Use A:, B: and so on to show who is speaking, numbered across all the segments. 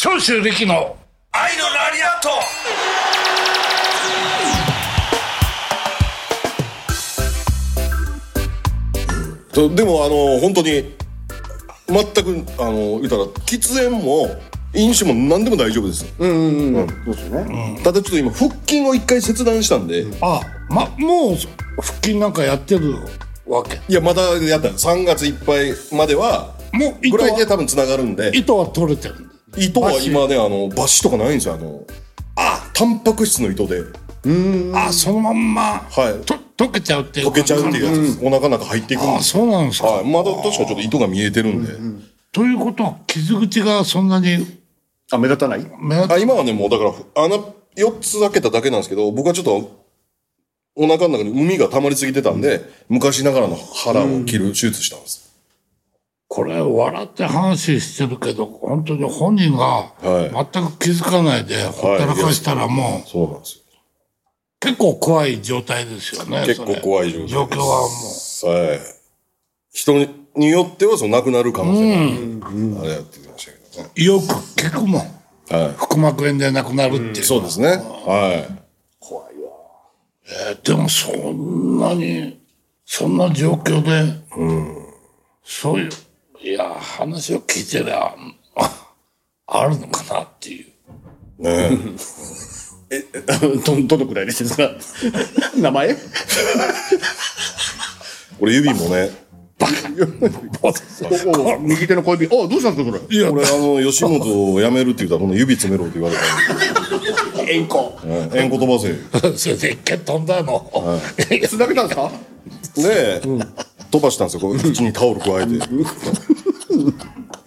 A: 長州力の
B: 愛のラリアット
C: とでもあの本当に全くあの言ったら喫煙も飲酒も何でも大丈夫です、
D: そうですよね。
C: ただちょっと今腹筋を一回切断したんで、い
A: あまもう腹筋なんかやってるわけ
C: やまだやった3月いっぱいまでは
A: もう
C: ぐ
A: 糸
C: らいで
A: は
C: 多分つながるんで
A: 糸は取れてるんだ
C: 糸は今ねあのバシとかないんですよあのあタンパク質の糸で
A: あそのまんま、
C: はい
A: と溶けちゃうっていう
C: 溶けちゃうっていうやつです、お腹の中入っていくん
A: あ
C: です
A: そうなんですか、
C: はい、まだ確かちょっと糸が見えてるんで、
A: ということは傷口がそんなに
D: あ、目立たない。
A: 目立
C: あ今はねもうだから穴4つ開けただけなんですけど僕はちょっとお腹の中に海が溜まりすぎてたんで、昔ながらの腹を切る手術したんです、
A: これ笑って話してるけど本当に本人が
C: は
A: 全く気づかないでほったらかしたらもう
C: そうなんですよ
A: 結構怖い状態ですよね
C: 結構怖い状況です
A: それ状況はもう
C: はい人にによってはその亡くなる可能性もある、あれやってきましたけどね、
A: よく聞くもん
C: はい
A: 腹膜炎で亡くなるっていう、
C: そうですねはい
A: えーでもそんなにそんな状況で、そういういや話を聞いてりゃ ああるのかなっていう
C: ね
D: ど、どのくらいですか 名前
C: これ指もね
D: おお右手の小指。おどうしたんですか、これ。
C: 俺あの吉本を辞めるって言ったらこの指詰めろって言われた
D: 円弧。
C: んで、えんこ飛ばせよ
A: それで一回飛んだの、 いや
D: つなげたんですか
C: で、飛ばしたんですよこう口にタオル加えて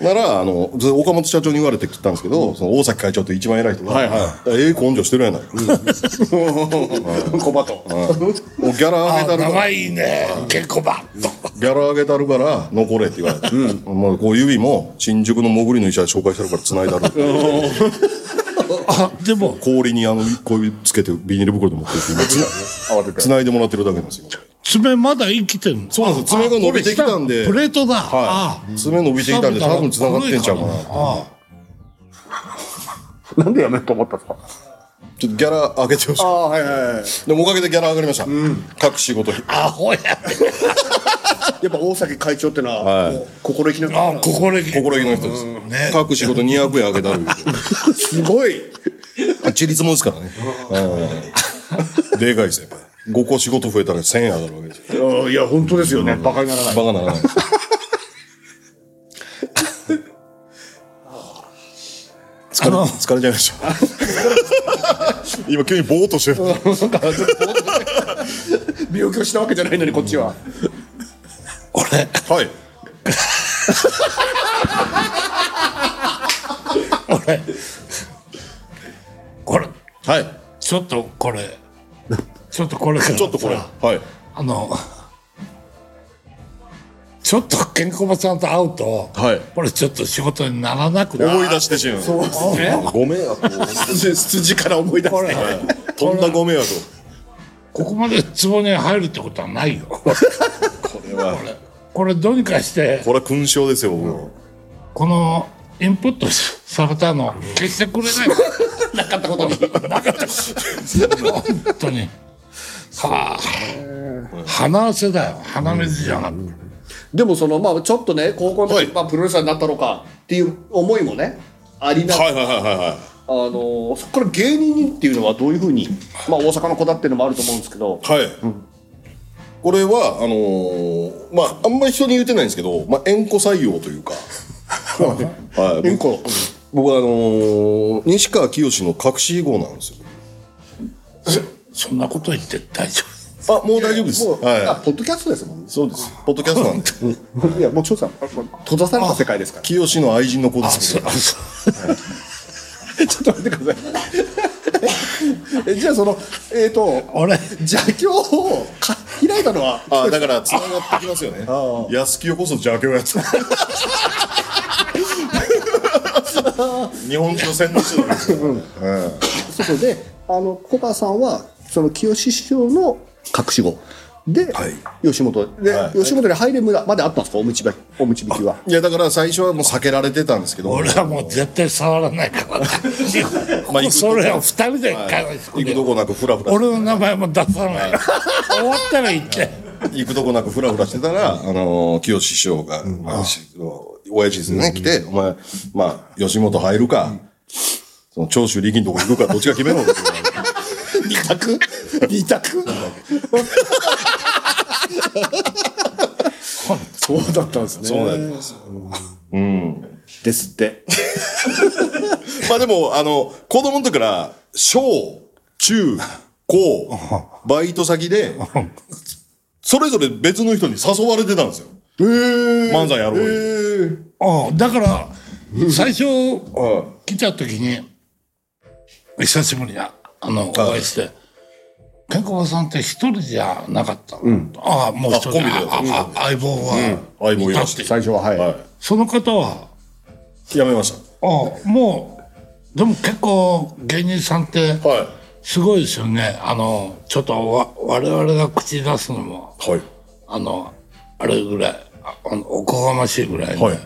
C: ならあのず岡本社長に言われてきたんですけど、その大崎会長って一番偉い人が「
D: はいは
C: ええ根性してるやないか」
D: コバと。
C: もうギャラ上げた
A: あ
C: るから
A: 長いね結構バッと
C: ギャラ上げたるから残れって言われて、まあ、こう指も新宿の潜りの医者で紹介してるから繋いだる
A: あでも
C: 氷にあの小指つけてビニール袋で持ってって今
D: 慌てて。
C: つないでもらってるだけなんですよ
A: 爪まだ生きてるの
C: そうなんですよ爪が伸びてきたんで
A: プレートだ、あ
C: はい爪伸びてきたんで多分繋がってんちゃうかな
A: あ
D: なんでやめると思ったんですか
C: ちょっとギャラ上げてほしい
D: ああ、はいはいはい。
C: でもおかげでギャラ上がりました、各仕事費
A: アホや
D: やっぱ大崎会長ってのは、
C: はい
D: もう心意気な
A: あここで
C: 心意気の人です、各仕事200円上げたる
D: すごい。
C: 自立もですからね、うんでかいですよやっぱり5個仕事増えたら1000円上がるわけですよ
D: ああいや、本当ですよね。バカにならない。
C: バカならない疲れ疲れちゃいました今急にぼーっとしてる
D: 病気をしたわけじゃないのに、こっちは。
A: 俺
C: はい
A: 俺これ
C: はい
A: ちょっとこれちょっとこれから
C: ちょっとこれ
A: さ
C: はい
A: あのちょっとケンコバさんと会うと、
C: はい
A: これちょっと仕事にならなくな
C: 思い出してしまう
D: そうですね。
C: ご迷 惑を
D: 筋から思い出して。
C: とんだご迷惑を
A: ここまで壺に入るってことはないよこれどうにかして
C: これは勲章ですよ僕の
A: このインプットされたの消してくれないか
D: なかったことに。
A: 本当にはあ鼻汗だよ鼻水じゃなくて、
D: でもそのまあちょっとね高校の時、
C: はい
D: まあ、プロレスラーになったのかっていう思いもねありな、
C: はいはいはいはいはい
D: あのーそこから芸人にっていうのはどういうふうに、まあ、大阪の子だっていうのもあると思うんですけど
C: はい、これはあのーまああんまり人に言ってないんですけど、まあ、縁故採用というか、はい、
D: うんこ
C: 僕はあのー西川きよしの隠し号なんですよ
A: そんなこと言って大丈夫
C: あもう大丈夫です
D: もう、あ
C: は
D: ポッドキャストですもんね
C: いそうですポッドキャストなんで
D: いやもう翔さん閉ざされた世界ですから
C: きよしの愛人の子ですけど
D: ちょっと待ってください えじゃあそのえっ、と
A: 俺
D: 邪教をか開いたのは
C: あだからつながってきますよね安清こそ邪教 やつ日本中の戦闘士なんですよ
D: そうそうであのコバさんはその清志師匠の隠し子で、
C: はい
D: 吉本で、
C: はい
D: 吉本に入れ村まであったんですかおむちびおむちびき は。
C: いや、だから最初はもう避けられてたんですけど、
A: 俺はもう絶対触らない からな
C: まあ行くとこ
A: それを二人で
C: はい
A: 会話して
C: 行くとこなくフラフラ
A: 俺の名前も出さない終わったら行って
C: 行くとこなくフラフラしてたら、あのー、清志師匠が、まあ、し親父ですね、来て、お前、まあ、吉本入るか、その長州力のとこ行くか、どっちが決めろって言われて
D: 二 択二択そうだったんですね。
C: そうなんです。
D: ですって。
C: まあでも、あの、子供の時から、小、中、高、バイト先で、それぞれ別の人に誘われてたんですよ。
D: えー、
C: 漫才やろうよ
D: えー
A: ああだから最初
C: はい
A: 来た時に久しぶりにああのお
C: はい
A: 会いしてケンコバさんって一人じゃなかったの、ああもう一人
C: あコンビで
A: ああ相棒は、
C: 相棒いました
A: いたって
D: 最初ははい。
C: は。
A: その方はい
C: やめまし
A: ああもうでも結構芸人さんって
C: た。は
A: すごいですよねあのちょっとわ我々が口出すのも
C: い。はい。
A: あのあれぐらいああのおこがましいぐらいで、
C: はい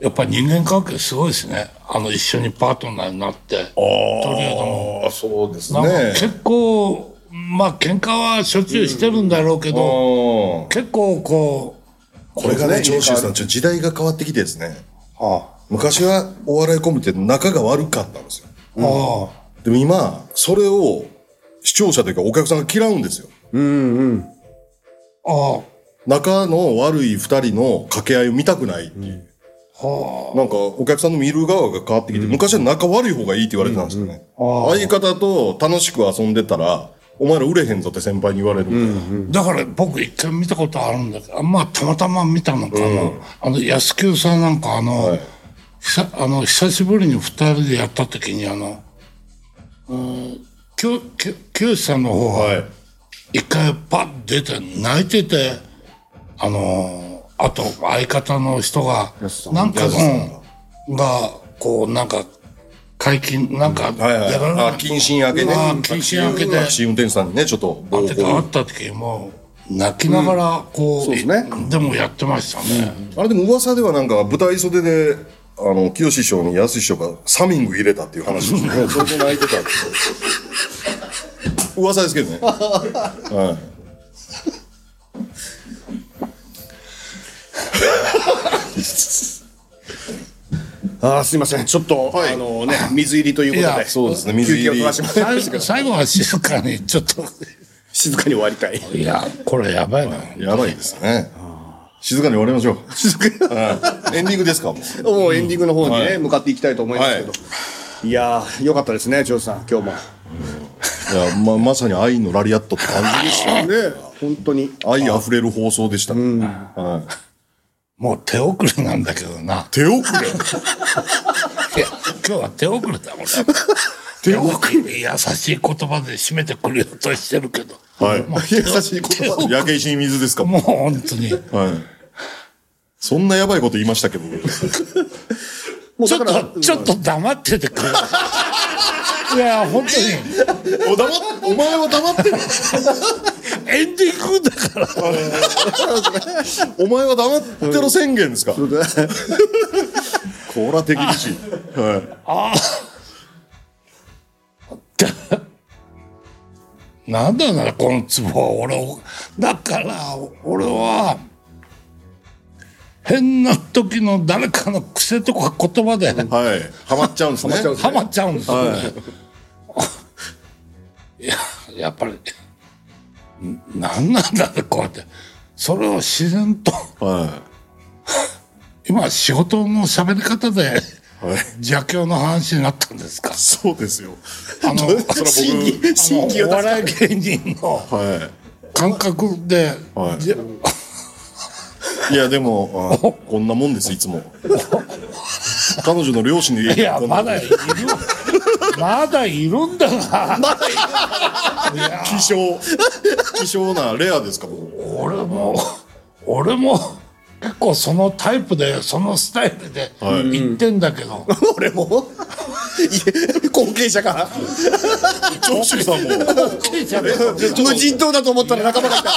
A: やっぱり人間関係すごいですねあの一緒にパートナーになって
C: ああ、そうです
A: なん
C: ね
A: か。結構、まあ喧嘩はしょっちゅうしてるんだろうけ
C: あ
A: ど、
C: ー
A: 結構こ
C: これがね、長州さん、ちょっと時代が変わってきてですね。
D: あ
C: 昔はお笑いコンビって仲が悪かったんですよ。
A: う、あ
C: でも今、それを視聴者というかお客さんが嫌うんですよ。
A: あ、ああ、
C: 仲の悪い二人の掛け合いを見たくないっていう。なんか、お客さんの見る側が変わってきて、昔は仲悪い方がいいって言われてたんですよね。相方と楽しく遊んでたら、お前ら売れへんぞって先輩に言われるんで。
A: だから僕一回見たことあるんだけど、まあたまたま見たのかな。あの安久さんなんかあの、
C: はい
A: ひさあの久しぶりに二人でやった時にあの、うん、きょきよしさんの方は
C: はい。
A: 一回パッ出て泣いてて、あのー、あと相方の人が、なんか、
C: 安さん
A: うん、が、こう、なんか、解禁、なんか、
C: はいはい
A: やら
C: あ
A: な、い。
C: 謹慎明けね。
A: あー謹慎明けで
C: タクシー運転手さんにね、ちょっと暴
A: てか、あっ
C: 行。
A: た時も、泣きながら、こう、
D: そうですね
A: いでもやってましたね。
C: あれでも噂ではなんか、舞台袖で、あの、清志師匠に安師匠がサミング入れたっていう話をしてね、それで泣いてたって。噂ですけどね。はい。
D: あー、すいません。ちょっと、あのね、水入りということ
A: い
D: で。
A: や
C: そうですね水入り
D: 休憩を取らせてもらいましたけ
A: 最最
D: ど
A: 後は静かに、ちょっと、
D: 静かに終わりたい。
A: いや、これやばいな。
C: やばいですね。静かに終わりましょう。静かに。エンディングですかもう
D: もうエンディングの方にね、
C: はい
D: 向かっていきたいと思いますけど。、
C: はい
D: やー、よかったですね、長州さん、今日も。
C: いや、ま、まさに愛のラリアットって感じでした。
D: ね、本当に。
C: 愛溢れる放送でした。はい
A: もう手遅れなんだけどな。
C: 手遅 れ
A: いや今日は手遅れだ、俺。手遅れ優しい言葉で締めてくれようとしてるけど。
C: はい
A: もう。
C: 優しい言葉で。焼け石に水ですかも
A: もう本当に。
C: うはい。そんなやばいこと言いましたけど。
D: もう
A: ちょ
D: だ
A: っ
D: から、
A: と、ちょっと黙っててくれ。いや、本当
C: お黙っお前は黙ってる
A: に。エンディングだから。
C: お前は黙ってろ宣言ですかこら手厳しい。はい。
A: なんだよな、このツボは。俺を、だから、俺は、変な時の誰かの癖とか言葉で、
C: はい。ハマっちゃうんですね。
D: ハマっちゃうんです
A: ハマっちゃうんですよね。、
C: はい
A: や、やっぱり、んなんなんだって、こうやって。それを自然と、
C: は
A: 今、仕事の喋り方で、
C: い。はい。
A: 邪教の話になったんですか。
C: そうですよ。
A: あの、
C: そら
D: 新
C: 僕、
D: 規、新規
A: お
D: を出す。
A: 笑い芸人の
C: は
A: 感覚で、
C: はい
A: じゃ
C: い。いや、でも、あこんなもんです、いつも。彼女の両親に
A: いや、
C: こんな
A: まだいる、まだいるんだな。
C: 希少、希少なレアですか、僕。
A: 俺も、俺も、結構そのタイプで、そのスタイルで
C: はい
A: 言ってんだけど、
D: 俺もいえ言後継者から。
C: 長州さんも、
D: 無人島だと思ったら仲間がいた。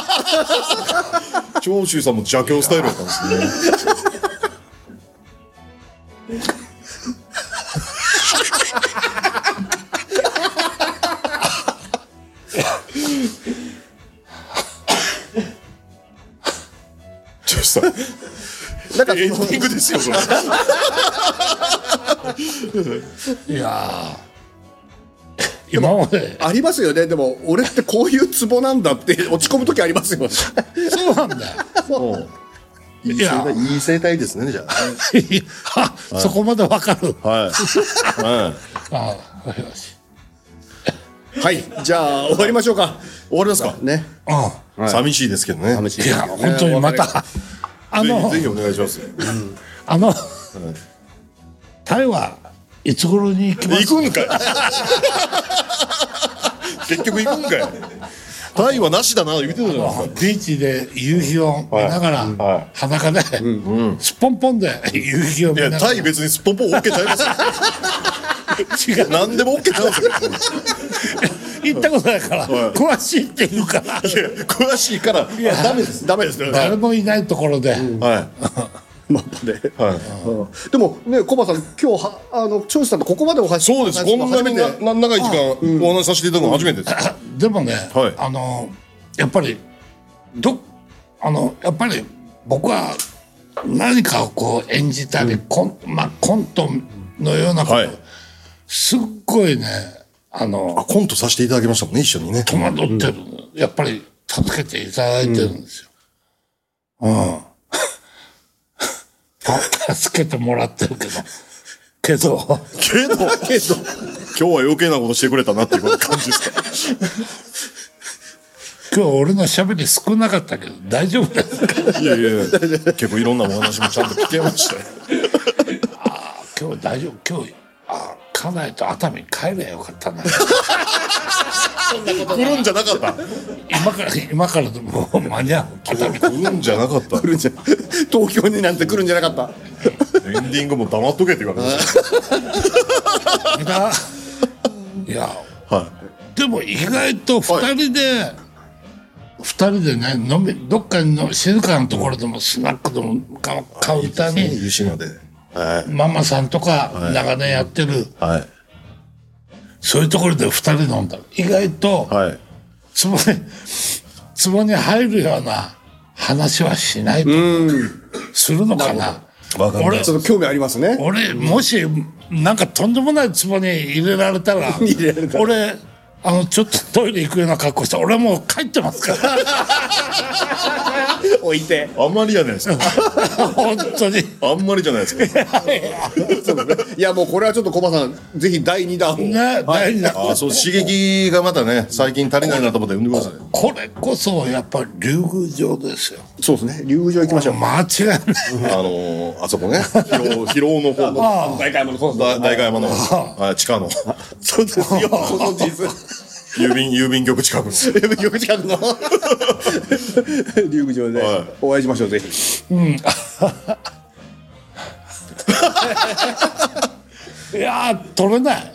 C: 長州さんも邪教スタイルだったんですね。 長州さん、
D: なんか
C: エンディングですよ、それ。
A: いやー今まで、
D: ありますよね。でも、俺ってこういうツボなんだって落ち込む時ありますよ。
A: そうなんだよ。
C: もういい
A: いや
C: 生態いい生態ですね、じゃ
A: あそこまでわかる。
C: あ。はい。は
A: あ
C: い。
A: よし。
D: はい。じゃあ、終わりましょうか。
C: 終わりますか
D: ね。
A: う
C: 寂しいですけどね。
D: 試し
A: ん。いや、本当にまた、あの、
C: ぜひぜひお願いしますよ。
A: あの、タイはいつ頃に行きます
C: 行くんか い結局行くんかいタイはなしだな言ってたじゃないですか
A: ビーチで夕日を見ながら、
C: は
A: 裸で、すっぽんぽんで夕日を見
C: い
A: な
C: や
A: が
C: タ
A: ら
C: イ別にすっぽんぽん OK ちゃいますよ
A: 違 う
C: 何でも OK ちゃいますよ
A: 行ったことないから、
C: はい
A: 詳しいって言うから
C: いや詳しいからダメですダメですねはい
A: 誰もいないところで、
D: マップで。
C: はい
D: でもね、コバさん、今日は、あの、長州さんとここまでお話し
C: そうですこんなにな
D: 初めて
C: な長い時間お話しさせていただくの初めてです
A: でもね、
C: はい
A: あのやっぱりどあのやっぱり僕は何かをこう演じたり、コンまあ、コントのようなこと、
C: はい
A: すっごいねあの
C: あコントさせていただきましたもんね一緒にね
A: 戸惑ってる、やっぱり助けていただいてるんですよ。うん。助けてもらってるけど。けど、
C: けどけど今日は余計なことしてくれたなっていう感じですか
A: 今日俺の喋り少なかったけど大丈夫ですか
C: いやいやいや結構いろんなお話もちゃんと聞けましたよ
A: 今日大丈夫今日、あ、家内と熱海帰ればよかったな。
C: 来るんじゃなかった
A: 今から、今からでもう間に合う。熱海。
C: 来るんじゃなかった
D: 来るんじゃ、東京になんて来るんじゃなかった。
C: エンディングも黙っとけって言われまし
A: みんないや、
C: た。はい。
A: でも意外と二人で、二人でね飲みどっかの静かなところでもスナックでも買う買うたに
C: 湯島で。はい。
A: ママさんとか長年やってる
C: はい。
A: そういうところで二人飲んだら意外と
C: はい。
A: つぼにつぼに入るような話はしないとするのかな
C: わかんない
A: 俺
D: ちょっと興味ありますね。
A: 俺もしなんかとんでもない壺に入れられたら
D: 入れられたら
A: 俺あのちょっとトイレ行くような格好して俺はもう帰ってますから
D: 置いて。
C: あんまりやないですか。
A: 本当に
C: あんまりじゃないですか。
D: いや、もうこれはちょっとコバさん、ぜひ第2弾を。
A: ね大事な
C: ああ、そう、刺激がまたね、最近足りないなと思って呼んでください。
A: これこそやっぱり竜宮城ですよ
D: そうですね。竜宮城行きましょう。
A: 間違いない
C: あのー、あそこね。広広尾の方の。
A: あ
D: 大会もそう
C: だ大河山の、はい地下の、
D: そう ですよ。ご存知 です。
C: 郵便、郵便局近くの。
D: よく近くの竜宮城で
C: はい
D: お会いしましょう、ぜひ。
A: あいやー取れない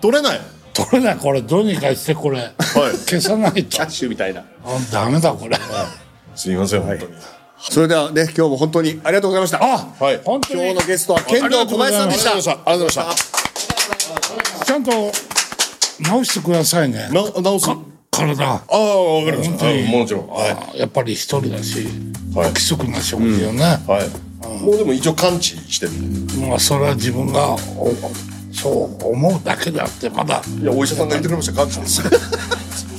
C: 取れない。
A: 取れないこれどうにかしてこれ、消さないと
D: キャッシュみたいな。
A: あダメだこれ
C: すみません、本当に。
D: それではね、今日も本当にありがとうございました。
A: あ、
C: はい
A: 本当
D: 今日
A: に
D: のゲストは剣道小林さんでした。
C: ありがとうございました。ありがとうございまし
A: ちゃんと直してくださいね
C: た。な、直す。
A: 体
C: ああ、わかりました。はいもちろん。はい。
A: やっぱり一人だし、
C: はい
A: 不規則な食事よね、
C: はい。もうでも一応完治してる。
A: まあそれは自分がおそう思うだけであってまだ
C: いや、お医者さんが言ってくれました、完治です。